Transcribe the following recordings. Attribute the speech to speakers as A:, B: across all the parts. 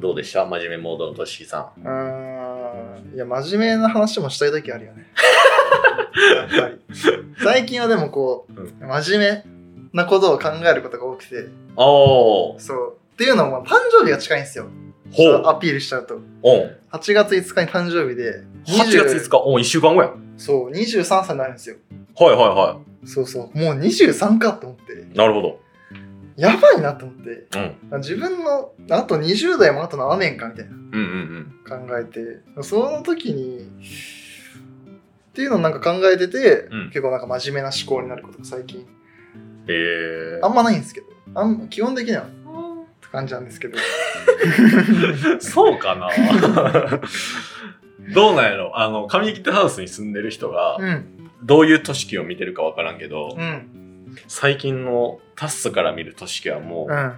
A: どうでした真面目モードのとしきさん。
B: うんいや真面目な話もしたい時あるよねやっぱり最近はでもこう、
A: う
B: 真面目なことを考えることが多くて
A: ああ、ほ
B: そうっていうのも誕生日が近いんですよ
A: う、
B: アピールしちゃうと
A: おん。
B: 8月5日に誕生日で
A: 8月5日、おん、1週間後や。はい
B: そう23歳になるんですよ
A: はいは
B: そうそうもう23かと思って
A: い。なるほど。
B: やばいなと思って
A: うん。
B: 自分のあと20代もあと7年かみたいな
A: うんうん
B: 考えてその時にっていうのをなんか考えてて、
A: うん
B: 結構なんか真面目な思考になることが最近
A: うん。ええ
B: あんまないんですけどあん基本的にはって感じなんですけど
A: そうか などうなんやろあの、上北ハウスに住んでる人が、
B: うん
A: どういう都市記を見てるかわからんけど、
B: うん
A: 最近のタッスから見る都市記はも
B: うんあ
A: う、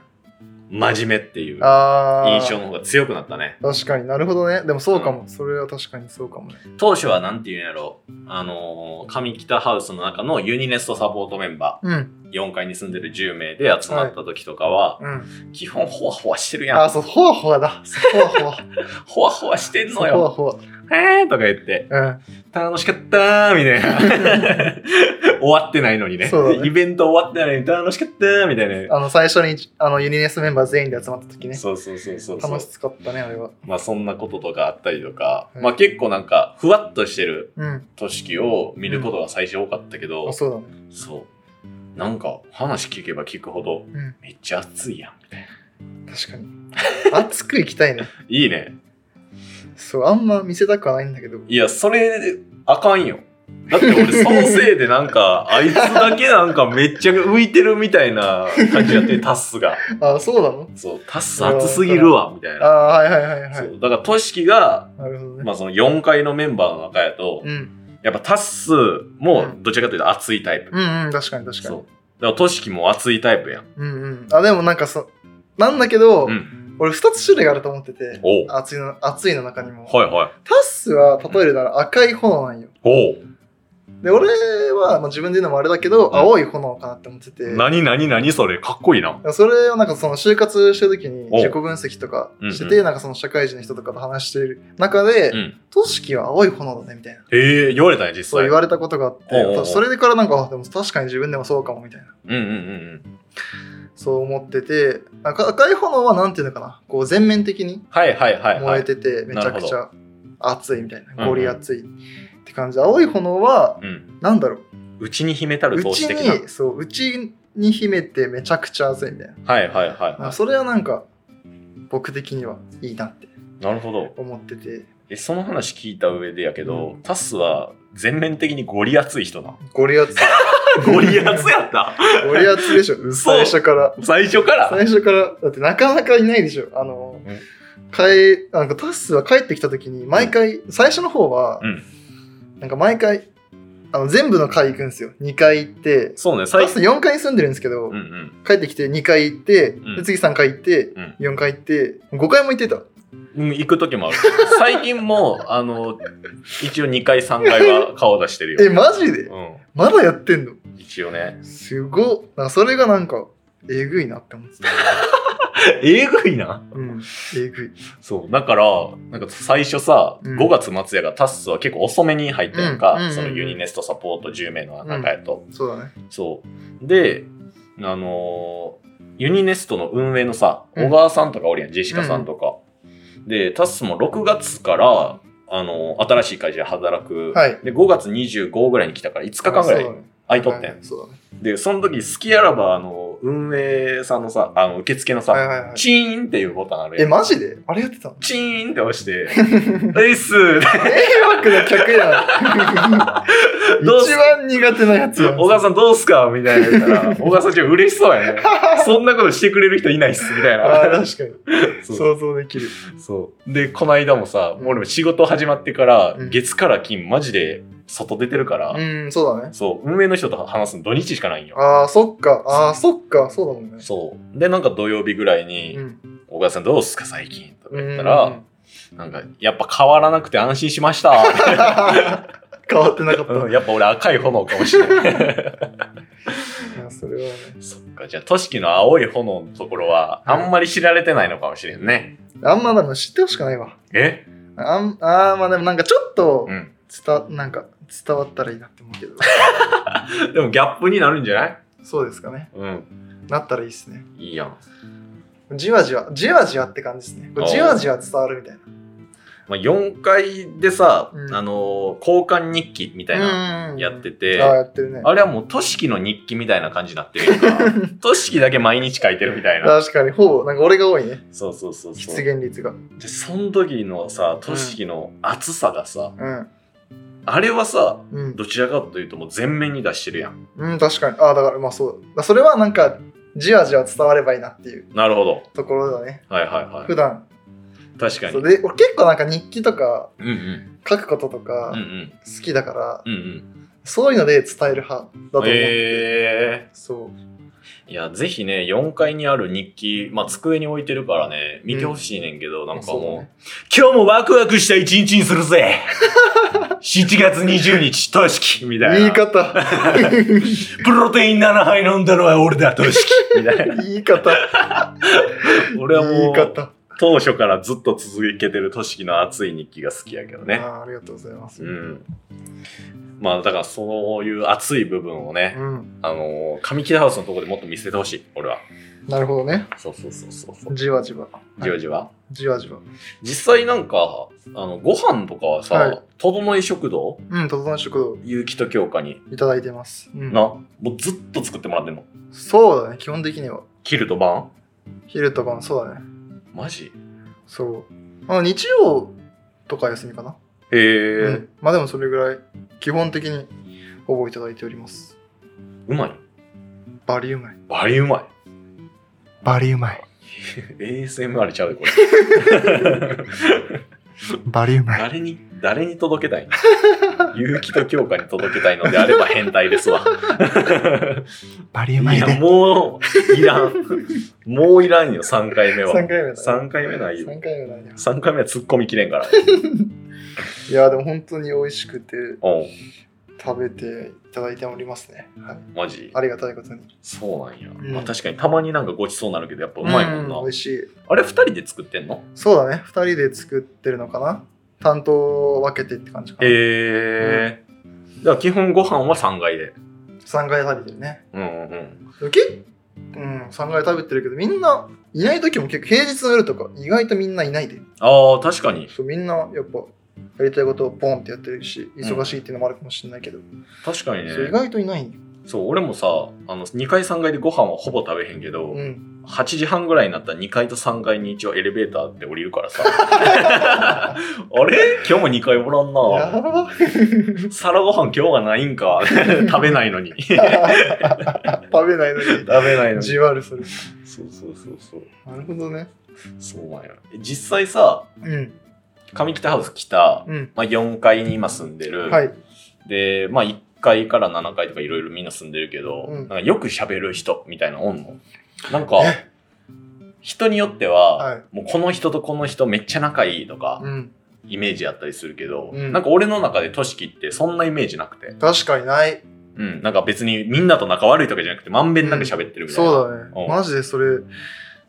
A: 真面目っていう
B: あー
A: 印象の方が強くなったね。
B: 確かになるほどねでもそうかも、それは確かにそうかもね
A: 当初はなんて言うんやろあのー、上北ハウスの中のユニネストサポートメンバ
B: うん
A: ー、4階に住んでる10名で集まった時とかは、
B: うん
A: 基本ほわほわしてるや
B: あ
A: ん。
B: ーそうほわほわだ そうほわほわ
A: ほわほわしてん
B: そ
A: の
B: うほ
A: よ。
B: わほわ
A: へーとか言って、
B: う
A: 楽しかったーみたいな。終 わってないのにね
B: そうだね
A: イベント終わってないのに楽しかったーみたい
B: ん
A: な。
B: あの最初にあのユニネスメンバー全員で集まった時ね
A: そうそうそうそうそう。
B: 楽しかったねあれは
A: まあそんなこととかあったりとか、
B: はい
A: まあ結構なんかふわっとしてる
B: うん
A: 都市記を見ることが最初多かったけど、
B: あそうだね
A: そう。なんか話聞けば聞くほど
B: うん
A: めっちゃ熱いやんみたいな。
B: 確か に熱く行きたいね
A: いいね。
B: そうあんま見せたくはないんだけど
A: いや、それあかんよ。だって俺そのせいでなんかあいつだけなんかめっちゃ浮いてるみたいな感じや ってタッスが。
B: あそうなの
A: そう、タッス熱すぎるわみたい
B: あ
A: な。
B: はいはいはいは
A: そ
B: いう
A: だからトシキが、
B: なるほどね、
A: まあ、その4階のメンバーの中やと、
B: うん、
A: やっぱタッスもどちらかというと熱いタイプ。
B: うんうん確かに確か
A: そうだ
B: に
A: からトシキも熱いタイプやん。
B: うんうんあでもなんかそなんだけど、
A: うん。
B: 俺2つ種類があると思ってて
A: おう
B: 熱いの熱いの中にも、
A: はいはい。
B: タスは例えるなら赤い炎なんよ
A: おう
B: で俺は、まあ、自分で言うのもあれだけど、
A: ん
B: 青い炎かなって思ってて
A: 何何何それかっこいいな。
B: それをなんかその就活してる時に
A: お
B: 自己分析とかして
A: うん
B: て、なんかその社会人の人とかと話してる中で、
A: うん。
B: 都市記は青い炎だねみたいな
A: ええ言われたね、実際。
B: そう言われたことがあって、
A: おうおう
B: それからなんかあでも確かに自分でもそうかもみたいな
A: うんうんうんうん。
B: そう思っててなんか赤い炎はなんていうのかなこう全面的に
A: はいはいはい、は
B: 燃え
A: い。
B: ててめちゃくちゃ熱いみた
A: う
B: い
A: んう
B: なんゴリ熱いって感じで青い炎は
A: うん。
B: なんだろ
A: うちに秘めた
B: う
A: る
B: う
A: 投
B: ち
A: 資的な。
B: にそううちに秘めてめちゃくちゃ熱いみたいな
A: はいはいはい
B: まあ
A: は
B: それはなんか僕的にはいいなって
A: い。なるほど。
B: 思ってて
A: え、その話聞いた上でやけど、タスは全面的にゴリ熱い 人な。
B: ゴリ熱い
A: ゴリ熱やった
B: ゴリ熱でしょ
A: 嘘
B: 最初から
A: 最初から
B: 最初からだってなかなかいないでしょあの、
A: うん
B: 帰なんかタッスは帰ってきた時に毎回、最初の方は、
A: うん
B: なんか毎回あの全部の階行くんですよ2階行って
A: そうね、
B: タ
A: 最
B: ッス4階に住んでるんですけど、
A: うんうん。
B: 帰ってきて2階行って、
A: ん
B: で次3階行って、
A: うん
B: 4階行って5階も行ってた
A: うん、行く時もある。 最近も、あの、一応2回3回は顔出してる
B: え
A: よ。
B: マジで
A: う
B: まだやってんの
A: ん。一応 ね。
B: すごっなんかそれがなんかえぐいなって思ってた
A: えぐいな。
B: うんえぐい
A: そう。だから、なんか最初さ、
B: うん
A: 5月末やがタッスは結構遅めに入ったやんか、
B: うんうんうんうん
A: そのユニネストサポート10名の中やと。
B: そうだね
A: そう。で、あのーユニネストの運営のさ、
B: うん
A: 小川さんとかおるやん、ジェシカさんとか。で、タスも6月から、あのー新しい会社で働く。
B: はい
A: で、5月25ぐらいに来たから、5日間ぐらい
B: そうだね
A: 空いとってん。
B: はいそうだね
A: で、その時、スキアラバーの運営さんのさ、あの、受付のさ、
B: はいはいはい
A: チーンっていうボタンある
B: え
A: やん。
B: マジであれやってたの
A: チーンって押 して、ういっすー
B: 迷惑な客やん
A: どうす
B: 一番苦手なやつやん
A: 小川さんどうすかみたいな言ったら、小川さんちょっと嬉しそう やね。そんなことしてくれる人いないっす、みたい
B: あ
A: な。
B: ー確か
A: そ
B: に
A: う
B: 想像できる
A: そう。で、この間もさ、
B: うん
A: 俺も仕事始まってから、
B: うん
A: 月から金、マジで外出てるから、
B: うんそうだね
A: そう、運営の人と話すの土日しかないんよ。
B: あーそっかあーそっかそうだもんね
A: そう。で、なんか土曜日ぐらいに、
B: うん
A: 小川さんどうっすか最近とか言った
B: う
A: ら、
B: ん
A: なんか、やっぱ変わらなくて安心しました。
B: 変わってなかった。
A: うん、やっぱ俺赤い炎かもしれない。
B: いやそれはね。
A: そっか、じゃあ、トシキの青い炎のところは、あんまり知られてないのかもしれんね。
B: あんまでも知ってほしくないわ。
A: え
B: あんあーまあでもなんかちょっと
A: うん。
B: 伝,、なんか伝わったらいいなって思うけど。
A: でもギャップになるんじゃない
B: そうですかね。
A: うん。
B: なったらいいですね。
A: いいやん。
B: じわじわ、じわじわって感じですね。これじわじわ伝わるみたい
A: まあ、4階でさ、
B: うん
A: あのー交換日記みたいな
B: な。
A: やって
B: て。
A: て、
B: ああ、やってるね。
A: あれはもう、トシキの日記みたいな感じになってる やんか。トシキだけ毎日書いてるみたいな。
B: 確かに、ほぼ、なんか俺が多いね。
A: そうそうそうそう。
B: 出現率が。
A: で、その時のさ、トシキの熱さがさ、
B: うん。
A: あれはさ、
B: うん。
A: どちらかというともう全面に出してるやん。
B: うん、確かに。ああ、だからまあそうだ。だからそれはなんか、じわじわ伝わればいいなっていう
A: なるほど。
B: ところだね。
A: はいはいはい
B: 普。段。
A: 確かに。
B: そうで、俺結構なんか日記とか
A: うんうん。
B: 書くこととか
A: うんうん。
B: 好きだから、
A: うんうん。
B: そういうので伝える派だと思う。
A: え
B: そう。
A: えいや、ぜひね、4階にある日記、まあ、机に置いてるからね、見てほしいねんけど、なんか
B: そう
A: もう、
B: だね
A: 今日もワクワクした一日にする ぜ !7 月20日、としきみたい
B: 言い
A: な。
B: 方。
A: プロテイン7杯飲んだのは俺だ、としきみたいな。
B: 言い方。
A: 俺は
B: 言
A: も、
B: いう方。
A: 当初からずっと続けてるとしきの熱い日記が好きやけどね。
B: あーありがとうございます。
A: うん。まあ、だからそういう熱い部分をね、
B: うん。
A: あのー、神木ハウスのところでもっと見せてほしい、俺は。
B: なるほどね。
A: そうそうそうそう。
B: じわじわ。
A: じわじわ。
B: じわじわ。
A: 実際なんか、あの、ご飯とかはさ、
B: はい
A: 整い食堂
B: うん、整い食堂
A: 有機と教科に、
B: いただいてます。うん
A: な、もうずっと作ってもらってんの。
B: そうだね、基本的には。
A: キルとバ
B: 昼と晩、そうだね。
A: ンマジ
B: そう。まあ、日曜とか休みかな。
A: へえ、
B: う、
A: うん
B: まあでもそれぐらい、基本的にほぼいただいております。
A: まい。
B: バリうまい。
A: バリうまい。
B: バリうまい。
A: ASMR ちゃうで、 これ。
B: バリうまい。
A: 誰に、誰に届けたいの有機と教科に届けたいのであれば変態です わ。
B: バリ
A: いや、もう、いらん。もういらんよ、3回目は。
B: 3回目だ、
A: 三回目ないよ
B: 3回目ないよ。
A: 3回目は突っ込みきれんから。
B: いや、でも本当に美味しくて、
A: おう
B: 食べていただいておりますね。はい。
A: マジ
B: ありがたいことに。
A: そうなんや。
B: ん
A: まあ確かにたまになんかごちそうになるけど、やっぱうまいもんな。
B: う美味しい。
A: あれ、2人で作ってんの
B: そうだね、2人で作ってるのかな。担当を分けてって感じかな。
A: えー。だから基本ご飯は3階で。
B: 3回食べてるね。
A: うんうんうん。
B: でも結構、うん、3回食べてるけど、みんないない時も結構、平日の夜とか、意外とみんないないで。
A: ああ、確かに。
B: そうみんなやっぱやりたいことをポンってやってるし忙しいっていうのもあるかもしれないけど、
A: 確かに
B: そう意
A: ね。
B: 外といないんよ
A: そう、俺もさ、あの、2階3階でご飯はほぼ食べへんけど、
B: うん、
A: 8時半ぐらいになったら2階と3階に一応エレベーターで降りるから さ。あれ今日も2階おらんな。
B: やば
A: 皿ご飯今日はないん か。食べないのに。食
B: 食べないのに
A: べないのに。
B: じわるそれ
A: そうそうそうそう。
B: なるほどね
A: そうなんや。え実際さ、
B: うん
A: 上北ハウス来た、
B: うん
A: まあ、4階に今住んでる。
B: はい
A: で、まあ1階から7階とかいろいろみんな住んでるけど、
B: うん
A: なんかよく喋る人みたいなのおんのなんか、
B: え
A: 人によっては、
B: はい
A: もうこの人とこの人めっちゃ仲いいとか、
B: うん
A: イメージやったりするけど、
B: うん
A: なんか俺の中でトシキってそんなイメージなくて、
B: 確かにない
A: うん、なんか別にみんなと仲悪いとかじゃなくてまんべんなく喋ってるみたいな、
B: そうだね
A: うん
B: マジでそれ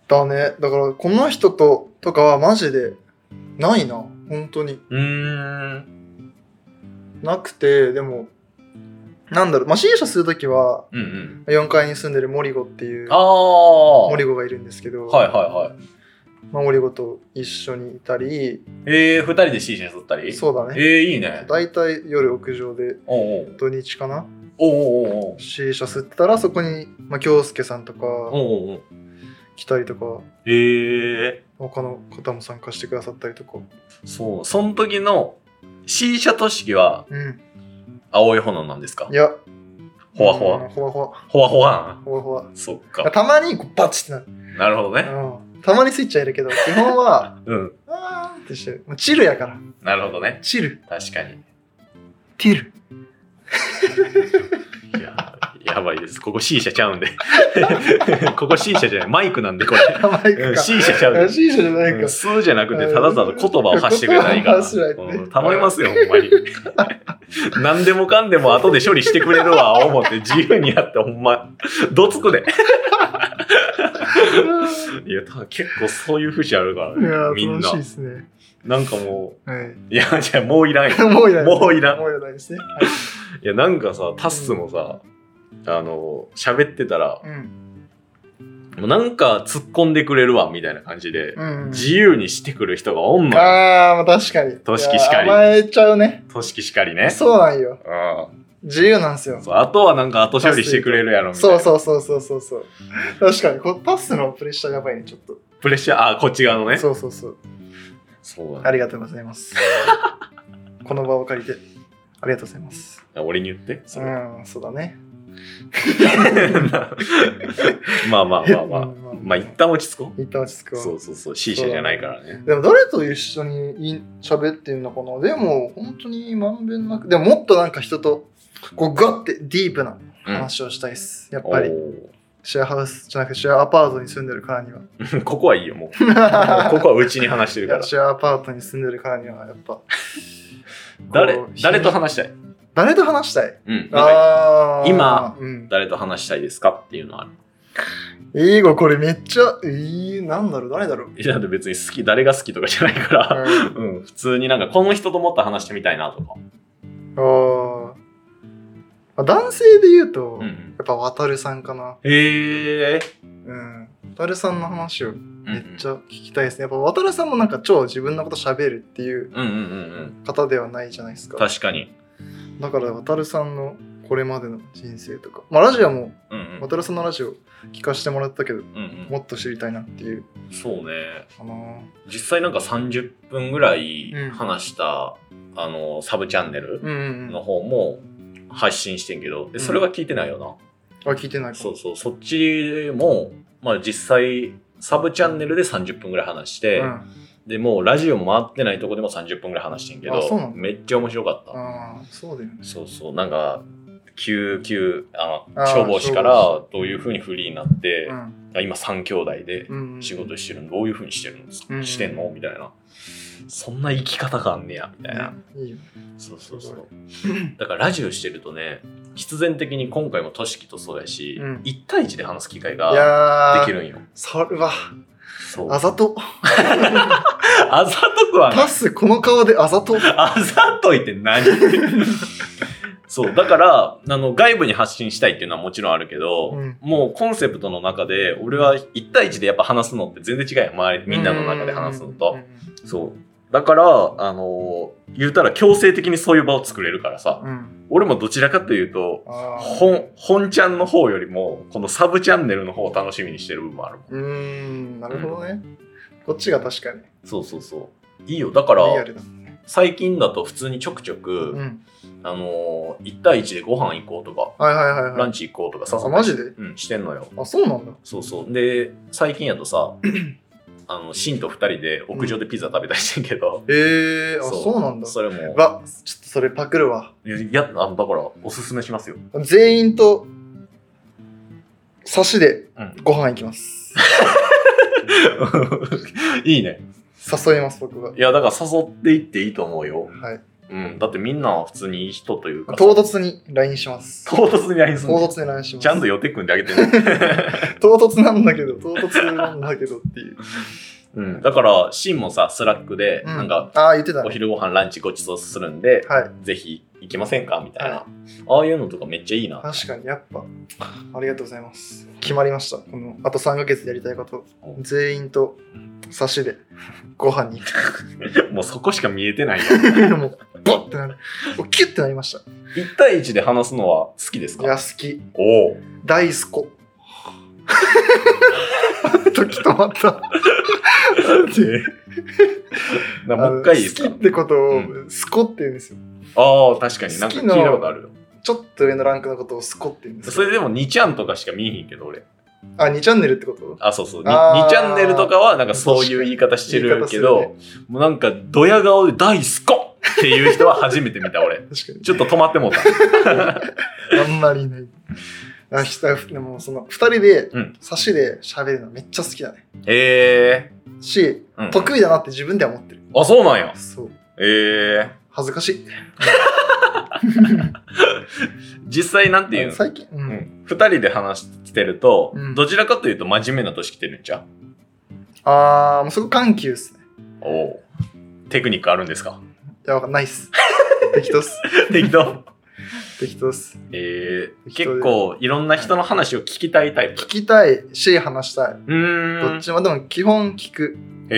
B: だねだからこの人ととかはマジでないな本当に
A: うーん
B: なくてでもなんだろうまあ支援者するときは
A: うんうん
B: 4階に住んでるモリゴっていう
A: ああ
B: モ
A: は
B: リ
A: い
B: ゴがいるんですけど、
A: はいはい
B: まあ、モリゴと一緒にいたり、
A: えー、2人で C 社取ったり
B: そうだ
A: う
B: ね。
A: えー、いいね
B: 大体夜屋上で
A: おう
B: 土日かな
A: おうおうおうおう
B: ?C 社吸ったらそこに、まあ、京介さんとか
A: おうおうおう
B: 来たりとか、
A: え
B: 他の方も参加してくださったりとか。
A: ー、そうその時の C 社としきは
B: うん。
A: 青い炎なんですか
B: いや。
A: ほわほわ
B: うんほわほわ。
A: ほわほわ
B: ほわほわ。
A: んそっか
B: たまにこうバチってなる。
A: なるほどね
B: うん。たまにスイッチ入るけど、基本は、
A: うん
B: あーってしてる。もうチルやから。
A: なるほどね
B: チル。
A: 確かに
B: ティル。
A: いや、いややばいです。ここ C 社ちゃうんで。 ここ C 社じゃない。マイクなんで、これ。
B: マイ
A: う
B: ク
A: ん
B: か。
A: C 社ちゃうん
B: あ
A: で。
B: C 社じゃない
A: うん
B: か。
A: 数じゃなくて、ただただ言葉を発してくれないから。
B: 言葉を発しないとね
A: うん頼みますよ、ほんまに。 何でもかんでも後で処理してくれるわ、思って自由にやって、ほんま。どつくで。いや、ただ結構そういう節あるから
B: いや
A: ね、み
B: ー、
A: ん
B: 楽
A: な
B: しい。ですね。
A: なんかも
B: はい。
A: う、いや、じゃあもういらんよ。
B: もういらない。
A: もういらん
B: もういらないですね。はい
A: や、なんかさ、タッスもさ、あの、喋ってたら
B: い。、うん。
A: もうなんか突っ込んでくれるわ、みたいな感じで、
B: うん。
A: 自由にしてくる人がおんのよ。
B: あー、まあ確かに。
A: 都市記しかり
B: いや甘えちゃうね。
A: としきしかりね。
B: そうなんよ。
A: うん
B: 自由なんですよ。
A: そうあとはなんか後処理してくれるやろ、みたい
B: そ
A: な。
B: うそうそうそうそうそう。確かにこ、パスのプレッシャーやばいね、ちょっと。
A: プレッシャー、あ、こっち側のね。
B: そうそうそう。
A: そう
B: あ
A: だね
B: りがとうござい ます。この場を借りて、ありがとうございます。
A: 俺に言って。それ
B: うん、そうだね。
A: まあまあまあまあ
B: う。んまあ
A: まあ一旦落ち着こう。
B: 一旦落ち着くわ
A: そうそうそう、C 社じゃないからね。
B: でも誰と一緒にい喋ってんのかなでも本当にまんべんなくでももっとなんか人とこうガッてディープな話をしたいっす、やっぱり
A: お
B: シェアハウスじゃなくてシェアアパートに住んでるからには
A: ーここはいいよ、もう。こ
B: い
A: こはうちに話してるか
B: や
A: ら。
B: シェアアパートに住んでるからにはやっぱ
A: 誰
B: こう
A: 誰と話したい
B: 誰と話したい
A: うん。なんか
B: あー
A: 今、
B: うん、
A: 誰と話したいですかっていうのはある。
B: いいわこれめっちゃいいなんだろう 誰だろう、
A: いや、だって別に好き、誰が好きとかじゃないから。
B: うん
A: うん、普通になんか、この人ともっと話してみたいなとか。
B: あーまあ男性で言うと、
A: う
B: や
A: ん。
B: っぱ渡るさんかな
A: へえ。
B: うん、渡るさんの話をめっち
A: ゃ。
B: ゃ聞きたいですね。やっぱ渡るさんもなんか超自分のこと喋るっていう
A: うんうんうんうん。
B: 方ではないじゃないですか。
A: 確かに。
B: だから渡るさんのこれまでの人生とか、まあ、ラジオも
A: うんうん。
B: 渡るさんのラジオ聞かせてもらったけど、
A: うんう
B: もっと知りたいなっていう。
A: ん、そうね。
B: あの
A: 実際なんか30分ぐらい
B: うん
A: 話した、あの、サブチャンネル。
B: ー、うんうんう
A: の
B: ん。
A: 方も発信してんけど、でそれは聞いてないよな、
B: あ、聞いてないか
A: そ
B: も。
A: うそうそっちも、まあ、実際サブチャンネルで30分ぐらい話して、
B: うん。あ
A: でもうラジオも回ってないとこでも30分ぐらい話してんけ
B: あ
A: ど
B: そうなんだ
A: めっちゃ面白かった、
B: あー、そうだよね。
A: そうそうなんか救急あ
B: あー
A: 消防士から
B: 消
A: どういうふうにフリーになって
B: う、ん
A: 今3兄弟で
B: うんうん。
A: 仕事してるのどういうふうにしてるんですか、
B: うん
A: してんのみたいなそんな生き方があんねやみたいな、
B: うんいいよ。
A: そうそうそ
B: すご
A: う。だからラジオしてるとね、必然的に今回もとしきとそうやし、
B: うん
A: 一1対1で話す機会
B: い
A: が
B: や
A: で
B: ー
A: き。るんよ。
B: それは、
A: そう。
B: あ ざと。
A: あざとくはな
B: パ
A: い。
B: ス、この顔であざと。
A: あざといって何そう。だから、あの、外部に発信したいっていうのはもちろんあるけど、
B: うん
A: もうコンセプトの中で、俺は1対1でやっぱ話すのって全然違うよ。周り、みんなの中で話すのと。
B: うんうん
A: そう。だから、あの言うたら強制的にそういう場を作れるからさ、
B: うんうん。うん
A: 俺もどちらかというと、
B: あー
A: 本、本ちゃんの方よりも、このサブチャンネルの方を楽しみにしてる部分もあるもん。
B: うーん、なるほどね。こっちが確かに。
A: そうそうそう。いいよ。だから、
B: リアルだ。
A: 最近だと普通にちょくちょく、
B: うん。
A: あのー、1対1でご飯行こうとか、
B: はいはいはい
A: ラ
B: は
A: ン
B: い。
A: チ行こうとかさ
B: あ、マジで
A: うん、してんのよ。
B: あ、そうなんだ。
A: そうそう。で、最近やと さ、あの、シンと2人で屋上でピザ食べたりしてんけど、
B: ええあ、そうなんだ。
A: それも、
B: わ、ちょっとそれパクるわ。
A: いやいや、あのだから、おすすめしますよ。
B: 全員と、差しで
A: うん。
B: ご飯行きます。
A: いいね。
B: 誘います、僕が。
A: いや、だから誘っていっていいと思うよ。
B: はい。
A: うん。だってみんな普通にいい人というかさ。
B: 唐突に LINE します。
A: 唐突に LINE する
B: 唐突に LINE します。
A: ちゃんと予定組んであげて ね、
B: 唐突なんだけど、唐突なんだけどっていう。
A: うん、だからシンもさスラックで、
B: うん
A: なんか
B: ああ、言ってた
A: お
B: ね。
A: 昼ご飯ランチごちそうするんで、
B: はい。
A: ぜひ行きませんかみたいな、
B: は
A: ああいうのとかめっちゃいいな
B: 確かに、やっぱ、ありがとうございます。決まりました。この、あと3ヶ月でやりたいこと、全員と差 しでご飯に行く。
A: もうそこしか見え てないよ
B: もう、ボッてなる。もうキュッてなりました。
A: 1対1で話すのは好きです
B: いや、
A: か
B: 好き。
A: おお
B: 大 好こ。時止まった。
A: なもう一回いいです
B: 好
A: か
B: きってこと
A: う
B: を
A: ん、
B: スコって言うんですよ。
A: ああ確かになんか聞いたことあるよ
B: ちょっと上のランクのことをスコって言うんです
A: そ
B: よ。
A: れでも2ちゃんとかしか見えへんけど俺
B: あ、2チャンネルってこと
A: あそうそう 2,
B: あー
A: チャンネルとかはなんかそういう言い方してるけど
B: 言い方
A: もうなんかドヤ顔で「大スコ!」っていう人は初めて見た俺
B: 確かに。
A: ちょっと止まってもうた。
B: あんまりいない。あしたでもその2人で
A: うん
B: 差しで喋るのめっちゃ好きだね
A: え
B: し、
A: うん
B: 得意だなって自分では思って
A: ー、
B: る
A: あそうなんや
B: そう
A: え
B: 恥ずかしい
A: ー、実際なんていうの
B: 最近、うん
A: うん、2人で話してると、
B: うん
A: どちらかというと真面目な年来てるんちゃう
B: あーもうすごい緩急っすね
A: おうテクニックあるんですか
B: いやわかんないっす 適当っす
A: 適当
B: 適当っす
A: えー、結構いろんな人の話を聞きたいタイプ
B: 聞きたいし話したいう
A: ーん
B: どっちもでも基本聞く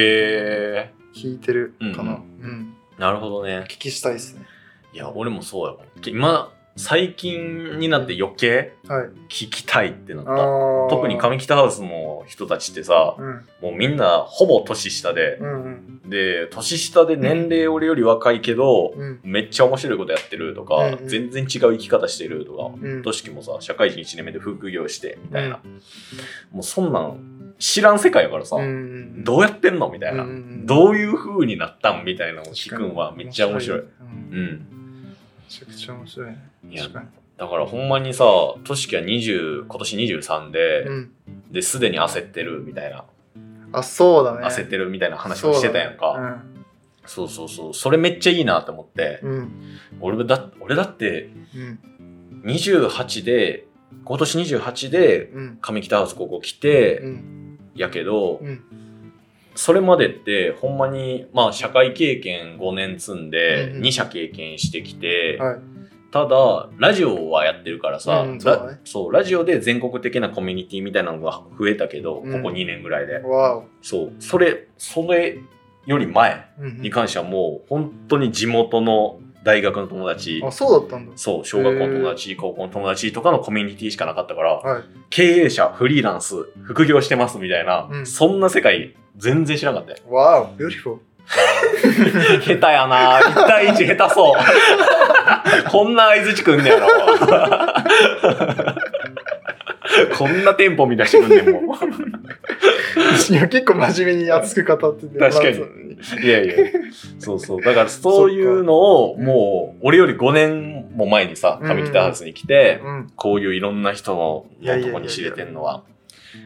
A: え
B: 聞いてるかな、
A: う
B: うん
A: ー、なるほどね
B: 聞きしたいっすね
A: いや俺もそうやわ今最近になって余計
B: はい
A: 聞きたいってなった
B: あ
A: 特に上北ハウスの人たちってさ
B: うん
A: もうみんなほぼ年下で
B: うんうん
A: で年下で年齢俺より若いけど、
B: うん
A: めっちゃ面白いことやってるとか、
B: うんうん
A: 全然違う生き方してるとか、
B: うん
A: としきもさ社会人1年目で副業してみたいな、もうそんなん知らん世界やからさ、
B: うん
A: どうやってんのみたいな、
B: うんうんうん
A: どういう風になったんみたいなのを聞くんはめっちゃ面白い。
B: 確かにうん
A: うん、
B: めちゃくちゃ面白いね
A: いや
B: 確かに
A: だからほんまにさとしきは20今年23で、
B: うん
A: ですでに焦ってるみたいな、
B: あそうだね
A: 焦ってるみたいな話をしてたやん
B: そう
A: か
B: だね
A: そう,、そうそうそれめっちゃいいなと思って、
B: うんうん
A: 俺だ俺だって
B: うん
A: 28で今年28で
B: うん
A: 上北ハウスここ来て、
B: うん
A: やけど、
B: うん
A: それまでってほんまにまあ社会経験5年積んで、
B: うんうん
A: 2社経験してきて、
B: はい
A: ただラジオはやってるからさ、
B: うんそうだね
A: ラそうラジオで全国的なコミュニティみたいなのが増えたけど、
B: うん
A: ここ2年ぐらいで
B: わお
A: そうそれそれより前
B: うん
A: に関してはもう本当に地元の大学の友達
B: あそうだったんだ
A: そう小学校の友達高校の友達とかのコミュニティしかなかったから、
B: はい
A: 経営者フリーランス副業してますみたいな、
B: うん
A: そんな世界全然知らなかったよ
B: わおビューティ フォー
A: 下手やな1対1下手そう こんな相づちくんねやろ こんなテンポ見出してくんねんもう
B: いや結構真面目に熱く語ってて
A: 確かに
B: まず
A: いやいやそうそうだからそういうのを
B: そっか
A: もう俺より5年も前にさ上北ハウスに来て、
B: うん
A: こういういろんな人の
B: いやいやいや
A: と
B: いや
A: こに知れてんのは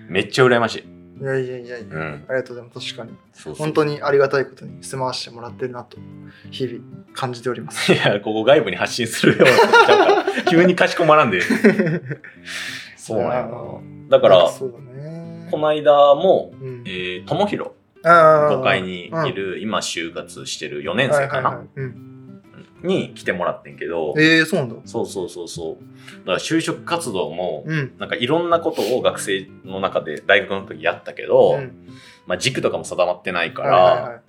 A: めっちゃ羨ましい、
B: いやいやいやいや
A: うん、
B: ありがとうございます確かに
A: そうそう
B: 本当にありがたいことに住まわしてもらってるなと日々感じております
A: いや、ここ外部に発信するようなことちゃうから、急にかしこまらんで。そうなんや
B: いや
A: な。だから、
B: そうだね
A: この間も、
B: うん
A: えー、ともひろ
B: あー
A: 5階にいる、今就活してる4年
B: は
A: 生
B: いは
A: か
B: いは
A: な、
B: いうん
A: に来てもらってんけど、
B: えーそうなんだ
A: そうそうそうそう。だから就職活動も、
B: うん
A: なんかいろんなことを学生の中で大学の時やったけど、
B: うん
A: まあ軸とかも定まってないか
B: はいは
A: ら、
B: いはい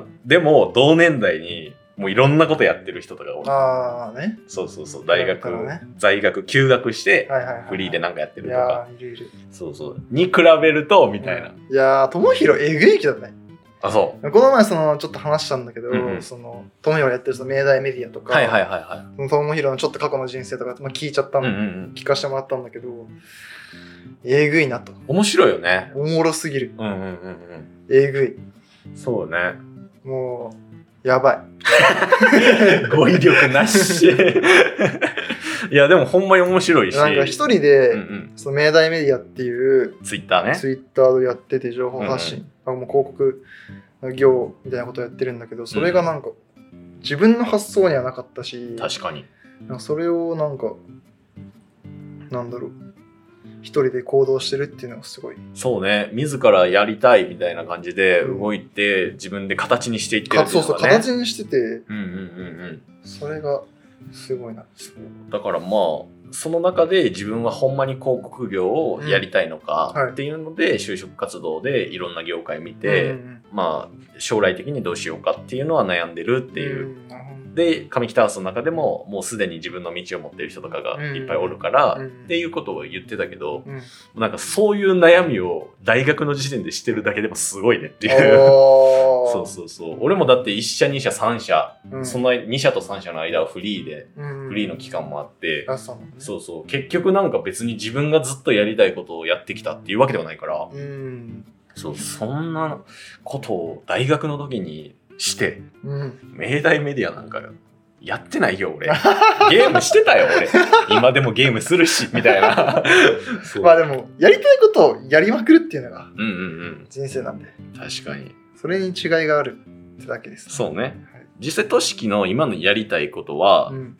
A: あでも同年代にもういろんなことやってる人とかおる
B: ああね
A: そうそうそう、大学
B: なるほどね、
A: 在学、休学して、
B: はいはいはいはい
A: フリーでなんかやってる
B: い
A: とか、
B: やーいるいる
A: そうそう、に比べると、みたいな。
B: いやー友広えぐいけどね
A: あ、そう。
B: この前そのちょっと話したんだけど、
A: うんうん
B: その友広やってるその明大メディアとか、
A: はいはいはいは
B: その友広のちょっと過去の人生とか、まあ、聞いちゃった
A: い。うん
B: の、
A: うんうん。
B: 聞かせてもらったんだけどえぐいなと
A: 面白いよね。
B: おもろすぎる
A: うんうんうん
B: えぐい
A: うん。そうね。
B: もうやばい
A: 語彙力な し。いや、でもほんまに面白いし。
B: なんか一人で、
A: うんうん。
B: その明大メディアっていう
A: ツイッターね。
B: ツイッターでやってて情報発信、あもう広告業みたいなことやってるんだけどそれがなんか、自分の発想にはなかったし
A: 確かに。
B: なんかそれをなんかなんだろう一人で行動してるっていうのがすごい
A: そうね。自らやりたいみたいな感じで
B: うん
A: 動いて、自分で形にしていってる
B: か
A: ってい
B: そうう
A: の
B: そう
A: がね
B: 形。にしてて
A: うんうんうんうん。
B: それがすごいな
A: だからまあその中で自分はほんまに広告業をやりたいの
B: うんは
A: か
B: い
A: っていうので就職活動でいろんな業界見て、
B: うんうん
A: まあ将来的にどうしようかっていうのは悩んでるっていう。
B: んなるほど
A: で上北ハウスの中でももうすでに自分の道を持ってる人とかがいっぱいおるから、
B: うん
A: っていうことを言ってたけど
B: うん
A: なんかそういう悩みを大学の時点でしてるだけでもすごいねっていう。
B: お ー
A: そうそうそう俺もだって1社2社3社、
B: うん
A: その2社と3社の間はフリーでフリーの期間もあって、
B: あそうなんだね
A: そうそう結局なんか別に自分がずっとやりたいことをやってきたっていうわけではないから
B: うん
A: そうそんなことを大学の時にして
B: うん
A: 明大メディアなんかやってないよ、 俺。ゲームしてたよ、俺。今でもゲームするし、みたい な。そう
B: まあでも、やりたいことをやりまくるっていうのが
A: うんうん
B: 人生なんで、
A: うん。確かに。
B: それに違いがあるってだけです。
A: そうね。
B: はい
A: 実際、としきの今のやりたいことは、
B: うん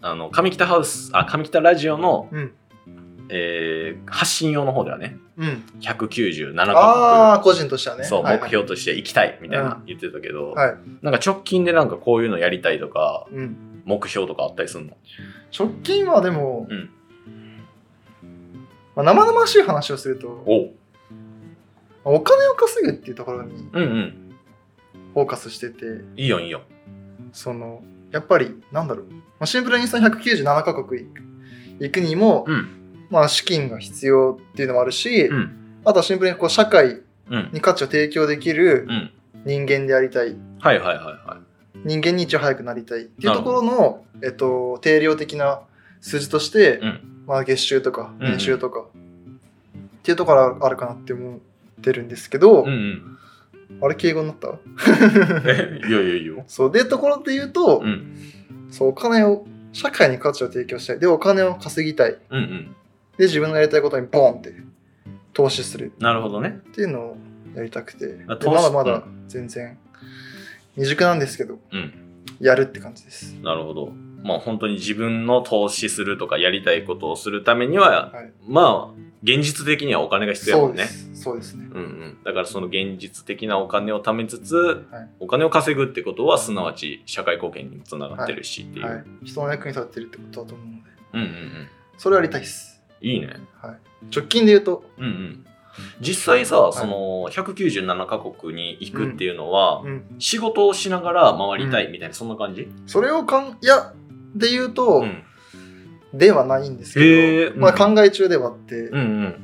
A: あの、上北ハウス、あ、上北ラジオの、
B: うん
A: えー発信用の方ではね、
B: うん、
A: 197カ
B: ああ、個人としてはね。
A: そう、
B: はいはい
A: 目標として行きたいみたいな
B: う
A: 言ってたけど、
B: はい
A: なんか直近でなんかこういうのやりたいとか
B: うん、
A: 目標とかあったりするの
B: 直近はでも、
A: うん
B: まあ、生々しい話をすると
A: おう
B: お金を稼ぐっていうところに
A: うんうん
B: フォーカスしてて
A: いいよいいよ
B: そのやっぱりなんだろう、まあ、シンプルにその197カ国行く行くにも、
A: うん
B: まあ、資金が必要っていうのもあるし、
A: うん
B: あとはシンプルにこう社会
A: うん
B: に価値を提供できる
A: うん
B: 人間でありたい
A: はいはいはいは
B: 人間に一応早くなりたいっていうところの、えっと、定量的な数字として、
A: うん
B: まあ、月収とか
A: うんうん
B: 年収とか、っていうところがあるかなって思ってるんですけど、
A: いうん
B: あれ敬語になった
A: うんえいやいやいいよ
B: そうでところで言うと、
A: うん
B: そうお金を社会に価値を提供したいでお金を稼ぎたいで
A: うんうん
B: 自分のやりたいことにボンって投資する
A: なるほどね
B: っていうのをやりたくてでま
A: あ投資
B: だま
A: う
B: だ全然未熟なんですけど、
A: うん
B: やるって感じです。
A: なるほどまあ本当に自分の投資するとかやりたいことをするためには、
B: はい
A: まあ現実的にはお金が必要や
B: そ
A: も
B: うんで
A: ね
B: すそうですね。
A: うんうん、だからその現実的なお金を貯めつつ、
B: はい
A: お金を稼ぐってことはすなわち社会貢献にもつながってるしっていう、
B: はい、人の役に立ってるってことだと思うので
A: うんうんうん
B: それをやりたいです、
A: いいね
B: はい、直近で言うと、
A: うんうん実際さ、その197カ国に行くっていうのは、
B: うん、
A: 仕事をしながら回りたいみたいな、そんな感じ、
B: それをかんいやで言うと、
A: うん、
B: ではないんですけど、
A: へーうん
B: まあ、考え中ではあって、
A: うんうん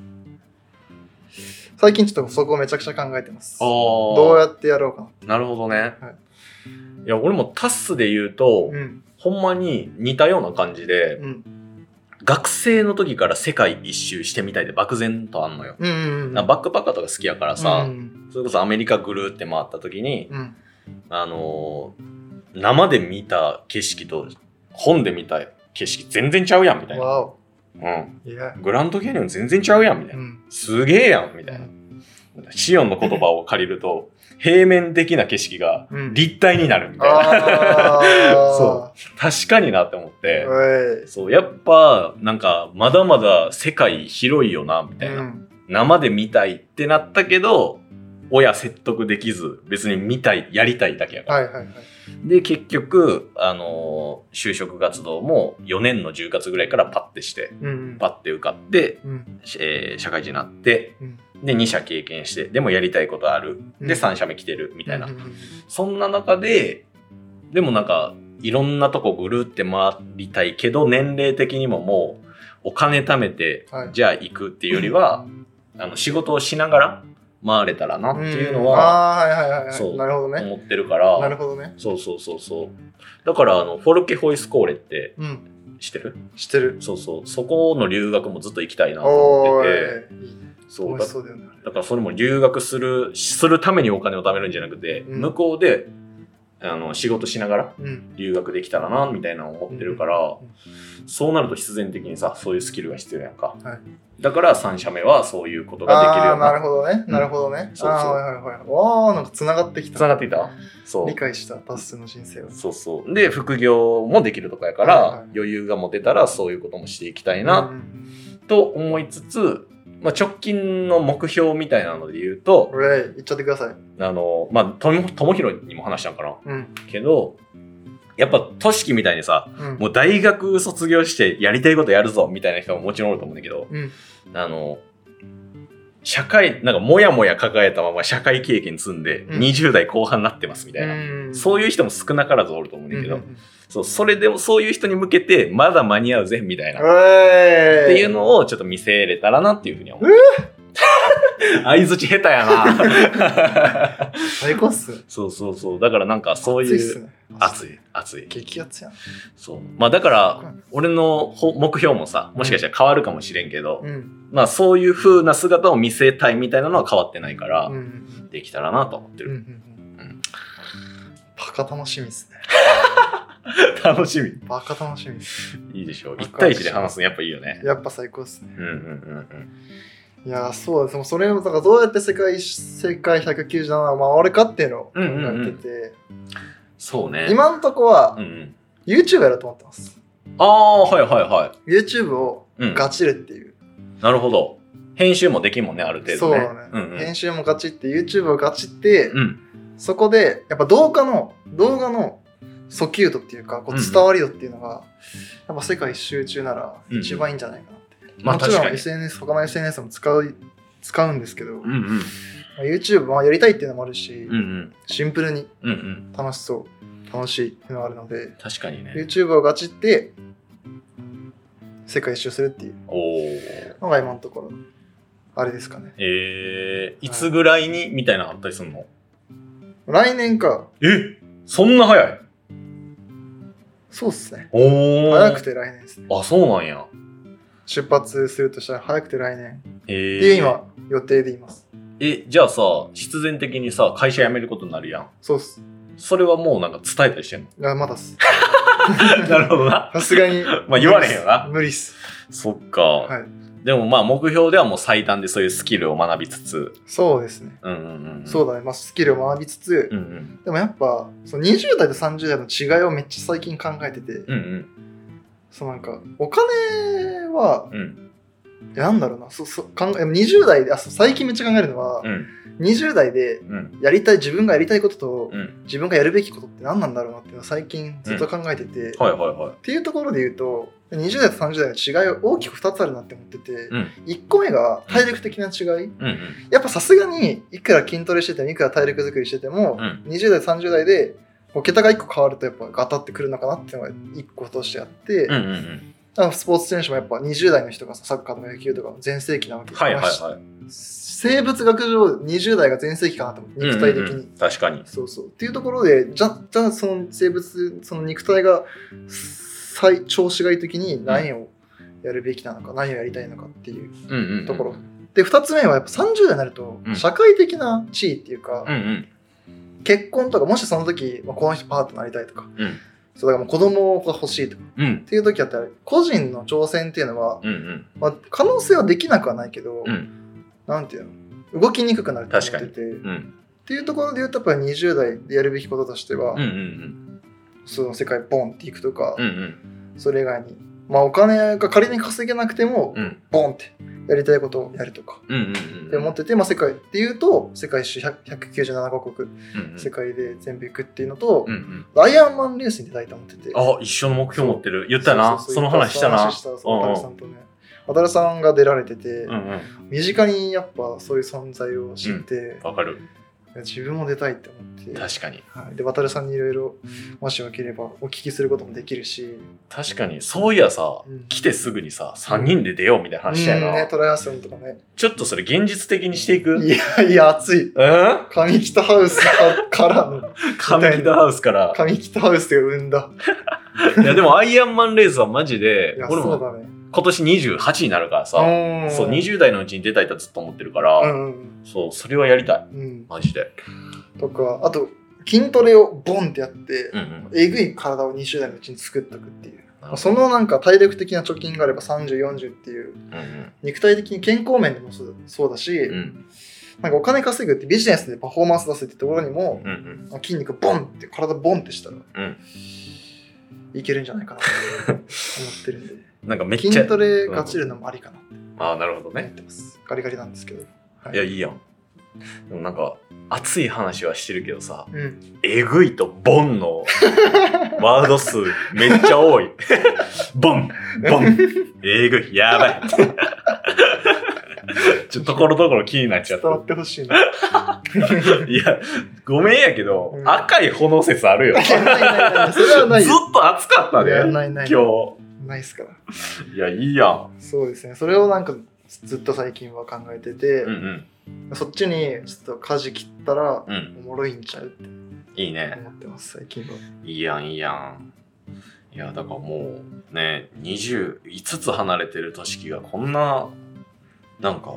B: 最近ちょっとそこをめちゃくちゃ考えてます
A: ああ
B: どうやってやろうかな
A: なるほどね、、
B: はい
A: や俺もタスで言うと、
B: うん
A: ほんまに似たような感じで、
B: うん
A: 学生の時から世界一周してみたいって漠然とあんのよ、
B: うんうん
A: なバックパッカーとか好きやからさ、
B: うん
A: それこそアメリカぐるって回った時に、
B: うん
A: あのー生で見た景色と本で見た景色全然ちゃうやんみたいな、
B: わお
A: う
B: いや
A: ん、グランドキャニオン全然ちゃうやんみたいうな、
B: ん
A: すげえやんみたいな、シオンの言葉を借りると平面的な景色が
B: うん
A: 立体になるみたいな、
B: あー
A: そ確かになって思って、
B: おい
A: そうやっぱなんかまだまだ世界広いよなみたいな、
B: うん
A: 生で見たいってなったけど親説得できず別に見たいやりたいだけやから、
B: はいはいはい
A: で結局、あのー就職活動も4年の10月ぐらいからパッてして
B: うんうん
A: パッて受かって、
B: うん
A: えー社会人になって
B: うん
A: で2社経験してでもやりたいことある
B: うん
A: で3社目来てるみたいな、
B: うんうんうん
A: そんな中ででもなんかいろんなとこぐるって回りたいけど年齢的にももうお金貯めて、
B: はい
A: じゃあ行くっていうよりは、あの仕事をしながら回れたらなっていうの
B: ん
A: は
B: あーはいはいはいは
A: そ
B: いうなるほどね
A: 思ってるから、
B: なるほどね
A: そうそうそうそうだからあのフォルケホイスコーレって
B: うん
A: 知ってる
B: 知ってる
A: そうそうそこの留学もずっと行きたいなと思
B: お
A: ってて
B: ーいい
A: そ
B: 美
A: う
B: 味
A: だ
B: しそうだよね
A: だからそれも留学するするためにお金を貯めるんじゃなくて、
B: うん
A: 向こうであの仕事しながら
B: うん
A: 留学できたらなみたいなのを思ってるから、
B: うん
A: そうなると必然的にさそういうスキルが必要やんか、
B: はい
A: だから3社目はそういうことができる
B: あ
A: よう
B: あー
A: にな
B: な
A: る
B: るほどね
A: うん
B: なるほどね
A: そうそう
B: ああはいはいはいわあなんかつながってき
A: つな
B: た
A: がっていたそう
B: 理解したタスの人生を
A: そうそうで副業もできるとかやから、
B: はいはい
A: 余裕が持てたらそういうこともしていきたいな
B: うんうん
A: と思いつつ、まあ、直近の目標みたいなので言うと、
B: これ言っちゃってください
A: あの、まあ、とも、ともひろにも話したんかな。
B: うん
A: けど、やっぱ、としきみたいにさ、
B: うん
A: もう大学卒業してやりたいことやるぞみたいな人ももちろんおると思うんだけど、
B: うん
A: あの、社会、なんか、もやもや抱えたまま社会経験積んで、
B: うん
A: 20代後半になってますみたいな。
B: うん
A: そういう人も少なからずおると思うんだけど、
B: うんうんうん
A: そう、それでもそういう人に向けて、まだ間に合うぜ、みたいな。っ
B: お
A: て
B: い
A: いうのをちょっと見せれたらなっていうふうに思う。 相づち下手やな。
B: 最高っすね
A: そうそうそう。だからなんかそう
B: 熱いっ
A: い
B: す
A: う。
B: ね
A: 熱い、熱い。
B: 激熱やん
A: そう。まあだから、俺のほ目標もさ、もしかしたら変わるかもしれんけど、
B: うん
A: まあそういう風な姿を見せたいみたいなのは変わってないから、
B: うんうんうん
A: できたらなと思って
B: うんう
A: る。
B: んうんバカ楽しみっすね
A: 楽楽しみ。
B: バカ楽しみです。
A: いいでしょう。1対1で話すのやっぱいいよね。
B: やっぱ最高ですね。
A: うんうんうん
B: いやー、そうです。でもそれを、だからどうやって世界、世界197を回るかっていうのを考えてて、
A: うん。そうね。
B: 今のとこは
A: うんうん。
B: YouTube やろうと思ってます。
A: ああ、はいはいは
B: YouTube を
A: い。うん。
B: ガチるっていう。
A: なるほど。編集もできんもんね、ある程度ね。
B: そうだね、
A: うんうん。
B: 編集もガチって YouTube をガチって、
A: うん。
B: そこでやっぱ動画の動画の訴求度っていうかこ
A: うんう
B: うん伝わり度っていうのが、やっぱ世界一周中なら
A: うんうん
B: 一番いいんじゃないかなって、
A: まあ
B: もち
A: 確
B: ろ
A: か
B: ん
A: に。
B: SNS 他の SNS も使う使うんですけ
A: う
B: ど、
A: ん
B: ま
A: うん。
B: あ YouTube はやりたいっていうのもあるし、
A: うんうん。
B: シンプルに
A: うんうん。
B: 楽しそう楽しいっていうのがあるので
A: 確かにね。
B: YouTube をガチって世界一周するっていう
A: おお。
B: のが今のところあれですかね
A: えー、いつぐらいにみたいなのあったりするの
B: 来年か
A: えそんな早い
B: そうっすね
A: おー。
B: 早くて来年ですね
A: あ、そうなんや。
B: 出発するとしたら早くて来年
A: え
B: っ
A: ー、
B: ていう今予定でいます
A: え、じゃあさ、必然的にさ、会社辞めることになるやん。
B: そうっす
A: それはもうなんか伝えたりしてんの
B: いやまだっす
A: なるほどな。
B: さすがに
A: まあ言われへんよな
B: 無理っす
A: そっか。
B: はい
A: でもまあ目標ではもう最短でそういうスキルを学びつつ。
B: そうですね
A: うんうんうん。
B: そうだね、まあ、スキルを学びつつ、
A: うんうん。
B: でもやっぱその20代と30代の違いをめっちゃ最近考えてて、
A: うんうん
B: そのなんかお金は
A: うん
B: いやなんだろうなそそ考え20代であそう最近めっちゃ考えるのは
A: う、ん
B: 20代で
A: うん
B: やりたい自分がやりたいことと、
A: うん
B: 自分がやるべきことって何なんだろうなっていうのを最近ずっと考えてて、
A: はいはいはい
B: っていうところで言うと20代と30代の違いは大きく2つあるなって思ってて、
A: ん
B: 1個目が体力的な違い
A: うん
B: やっぱさすがにいくら筋トレしててもいくら体力作りしてても、
A: うん
B: 20代30代でこう桁が1個変わるとやっぱガタってくるのかなっていうのが1個としてあって、
A: うんうんうん
B: あのスポーツ選手もやっぱ20代の人がさサッカーとか野球とかの全盛期なわけ
A: はいはい
B: まあ
A: はい
B: 生物学上20代が全盛期かなと思って肉体的に。
A: うんうんうん確かに
B: そうそうっていうところでじゃじゃあその生物その肉体が最調子がいい時に何をやるべきなのか、何をやりたいのかってい
A: う
B: う
A: んうんうん
B: ところ、で2つ目はやっぱ30代になると
A: うん
B: 社会的な地位っていうか、
A: うんうん
B: 結婚とかもしその時、まあ、この人パートナーになりたいとか
A: うん
B: そうだからもう子供が欲しいとかっ
A: うん
B: ていう時だったら個人の挑戦っていうのは、
A: うんうん
B: まあ、可能性はできなくはないけど、
A: うん
B: なんていうの動きにくくなると思ってて
A: うん
B: っていうところで言うとやっぱり20代でやるべきこととしては、
A: うんうん
B: その世界ボンっていくとか、
A: うんうん
B: それ以外に、まあ、お金が仮に稼げなくても、
A: うん
B: ボンってやりたいことをやるとか
A: うんうん
B: って思ってて、まあ、世界っていうと世界一周100 197カ国、
A: うんうん
B: 世界で全部行くっていうのと、
A: うんうん
B: アイアンマンレースに出たいと思ってて
A: あ一緒の目標持ってる言ったな
B: ううう
A: その話したな
B: その話そう渡さんとね渡るさんが出られてて、
A: うんうん
B: 身近にやっぱそういう存在を知って、
A: わかる
B: 自分も出たいって思って、
A: 確かに
B: はい、で渡るさんにいろいろもしよければお聞きすることもできるし
A: 確かにそういやさ
B: うん
A: 来てすぐにさ3人で出ようみたいな話した
B: うん
A: よ
B: ね、
A: な
B: トライアスロンとかね。
A: ちょっとそれ現実的にしていく
B: いやいや、暑い。
A: うん
B: 上北ハウスかからの、
A: 神田ハウスから
B: 上北ハウスが生んだ。
A: いやでもアイアンマンレースはマジで
B: いや、
A: 俺
B: そ
A: も
B: うだね。
A: 今年28になるからさ
B: あ
A: そう20代のうちに出たいとはずっと思ってるから、
B: うん
A: そうそれはやりたい
B: うんうん。
A: マジで
B: とか、あと、筋トレをボンってやって、
A: うんうん
B: えぐい体を20代のうちに作っておくっていう。
A: なるほど
B: そのなんか体力的な貯金があれば30、40ってい
A: う
B: う、
A: ん
B: 肉体的に健康面でもそうそうだし、
A: うんうん
B: なんかお金稼ぐってビジネスでパフォーマンス出すってところにも、
A: うんうん
B: 筋肉ボンって、体ボンってしたら、
A: ん
B: いけるんじゃないかな と思ってるんで。
A: なんかめっちゃ
B: 筋トレガチるのもありかなって
A: ああなるほど
B: 思っ
A: ね
B: てます、ガリガリなんですけど、はい
A: やいいやんでもなんか熱い話はしてるけどさ
B: うん、
A: えぐいとボン のワード数めっちゃ多いボンボンえぐいやばいちょっところどころ気になっちゃ
B: 伝
A: った
B: わってほしいな
A: いや、ごめんやけど、
B: うん
A: 赤い炎説あるよ。
B: いやないないないそれはない
A: ずっと暑かった
B: いや
A: ね、
B: ないない
A: 今
B: ないっすから
A: 日。いや、いいやん。
B: そうですねそれをなんかずっと最近は考えてて、
A: うんうん。
B: そっちにちょっと舵切ったら
A: うん。
B: おもろいんちゃうって
A: いいね。
B: 思ってます最近はい
A: いやん、いいやん。いや、だからもう、ね、25つ離れてる俊樹がこんな、なんか、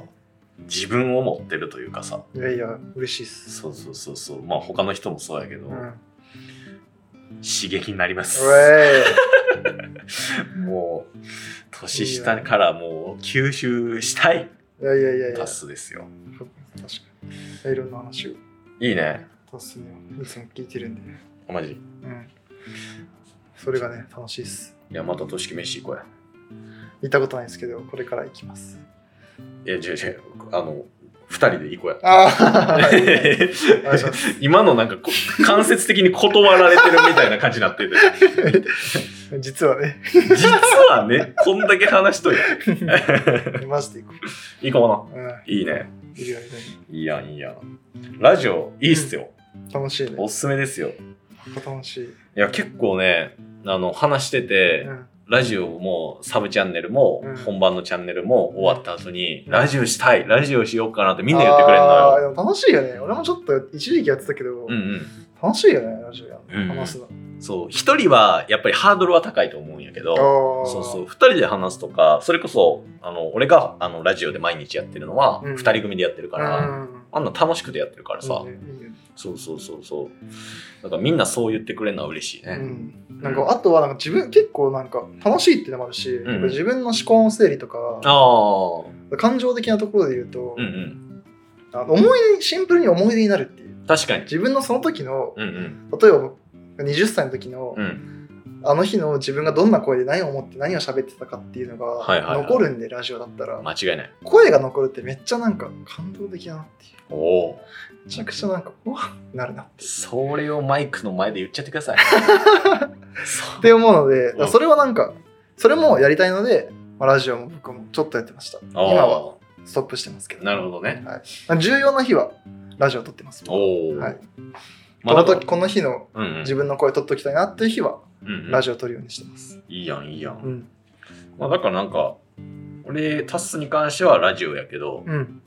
A: 自分を持ってるというかさ、
B: いやいや嬉しいっす、
A: そうそうそうそう、まあ他の人もそうやけど、
B: うん、
A: 刺激になります。
B: え
A: もう、年下からもう吸収したい
B: いやいやいやいや、
A: タ
B: 確か
A: スですよ。
B: に。いろんな話を。
A: いいね。
B: タスね、いつも聞いてるんで。
A: マジ。
B: うん。それがね、楽しいです。
A: いや、また年式飯行こうや。
B: 行ったことないですけど、これから行きます。
A: いや、違う違う。あの、二人で行こうや。
B: ああ願いしま
A: 今のなんかこ間接的に断られてるみたいな感じになってて。
B: 実は ね、
A: 実はね、こんだけ話しといて。
B: マジで行こ
A: 行こ
B: う。うん。
A: うな。いいね。
B: いるよいるよ
A: いいやん、いいやん。ラジオ、いいっすよ。
B: 楽しいね
A: お。すすめですよ。
B: 楽しい。
A: いや、結構ね、あの、話してて、
B: うん。
A: ラジオもサブチャンネルも、
B: うん
A: 本番のチャンネルも終わった後に、
B: うん
A: ラジオしたい、ラジオしようかなってみんな言ってくれるの
B: あー
A: よ。
B: でも楽しいよね。俺もちょっと一時期やってたけど、
A: うん
B: 楽しいよね、ラジオやん
A: うんうん
B: の。話すの。
A: うん。そう、一人はやっぱりハードルは高いと思うんやけど、
B: ああ。
A: そうそう、。二人で話すとか、それこそ、あの、俺があのラジオで毎日やってるのは、
B: うん
A: 二人組でやってるから、
B: うん。
A: あんな楽しくてやってるからさ、
B: いいねいいね
A: そうそうそうそう。だからみんなそう言ってくれるのは嬉しいね。
B: うん、なんかあとはなんか自分結構なんか楽しいっていうのもあるし、
A: んうん
B: 自分の思考の整理とか
A: ああ、
B: 感情的なところで言うと、
A: うんうん。
B: あの思い出シンプルに思い出になるっていう
A: 確かに。
B: 自分のその時の
A: うんうん。
B: 例えば僕20歳の時の、
A: うん。
B: あの日の自分がどんな声で何を思って何を喋ってたかっていうの
A: はいはい
B: が
A: はい
B: 残るんで、ラジオだったら
A: 間違いない。
B: 声が残るってめっちゃなんか感動的だなっていう
A: おおー。
B: めちゃくちゃなんかうわっなるなっていう
A: それをマイクの前で言っちゃってください。 そ
B: っ
A: う
B: て思うので、だから
A: うん
B: それはなんかそれもやりたいので、まあラジオも僕もちょっとやってました今はストップしてますけど
A: なるほどね。
B: 重要な日はラジオ撮ってます。
A: おお。
B: はい。
A: まあ、
B: こ
A: だ
B: の
A: から
B: 時この日の
A: うんうん、
B: 自分の声撮っときたいなっていう日は
A: うんうん
B: ラジオ撮るようにしてます。
A: いいやん、いいやん。
B: うん。
A: まあ、だからなんか、俺、タスに関してはラジオやけど、
B: うん。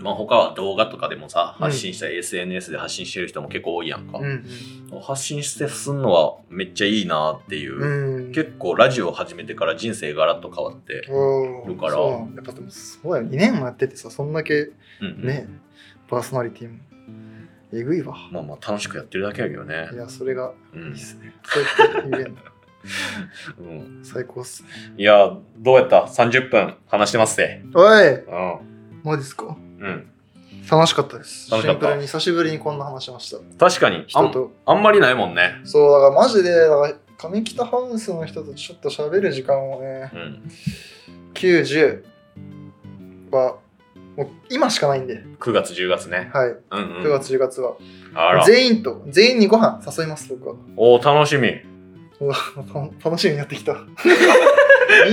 A: まあ、他は動画とかでもさ、
B: うん
A: 発信したり SNS で発信してる人も結構多いやんか。
B: うん。
A: 発信してすんのはめっちゃいいなっていう。
B: うん。
A: 結構ラジオ始めてから人生ガラッと変わって、
B: 構
A: いるから
B: そうやっぱでもそうだよ。2年もやっててさ、そんだけ
A: うんうん
B: ね、パーソナリティもえぐいわ。
A: まあまあ楽しくやってるだけやけどね
B: い。や、それが
A: う
B: いい
A: ん
B: っすね。そうやって言えんの
A: うん、
B: 最高っすね。
A: いや、どうやった ?30 分話してますぜ。
B: おい
A: うん。
B: マジっすか
A: うん、
B: 楽しかったです。
A: 楽しかった
B: シンプルに久しぶりにこんな話しました。
A: 確かにあ
B: 人
A: ん
B: と。
A: あんまりないもんね、
B: そう、だからマジで、だから上北ハウスの人とちょっと喋る時間をね、
A: うん、
B: 90は、もう今しかないんで、
A: 9月10月ね、
B: はい、
A: うんうん、
B: 9月、10月は。
A: あら
B: 全員と、全員にご飯誘います、僕は。
A: おー楽しみ
B: うわた楽しみになっ てきた。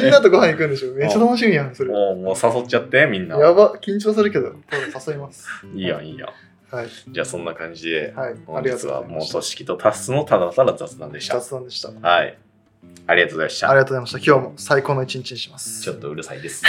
B: みんなとご飯行くんでしょ。めっちゃ楽しみやん、それ。
A: もうもう誘っちゃってみんな
B: やば、緊張するけど、多分誘います。
A: いいやんいいやん
B: はい、
A: じゃあそんな感じで
B: はい、あ
A: 本
B: りが
A: 日
B: とうご
A: は
B: ざい
A: も
B: ま
A: う
B: した。
A: 組織とタスのただただ雑談でした
B: 雑談でした。あり
A: はいありがとうございまし
B: がと
A: た
B: うございました。今日も最高の一日にします
A: ちょ。っとうるさいです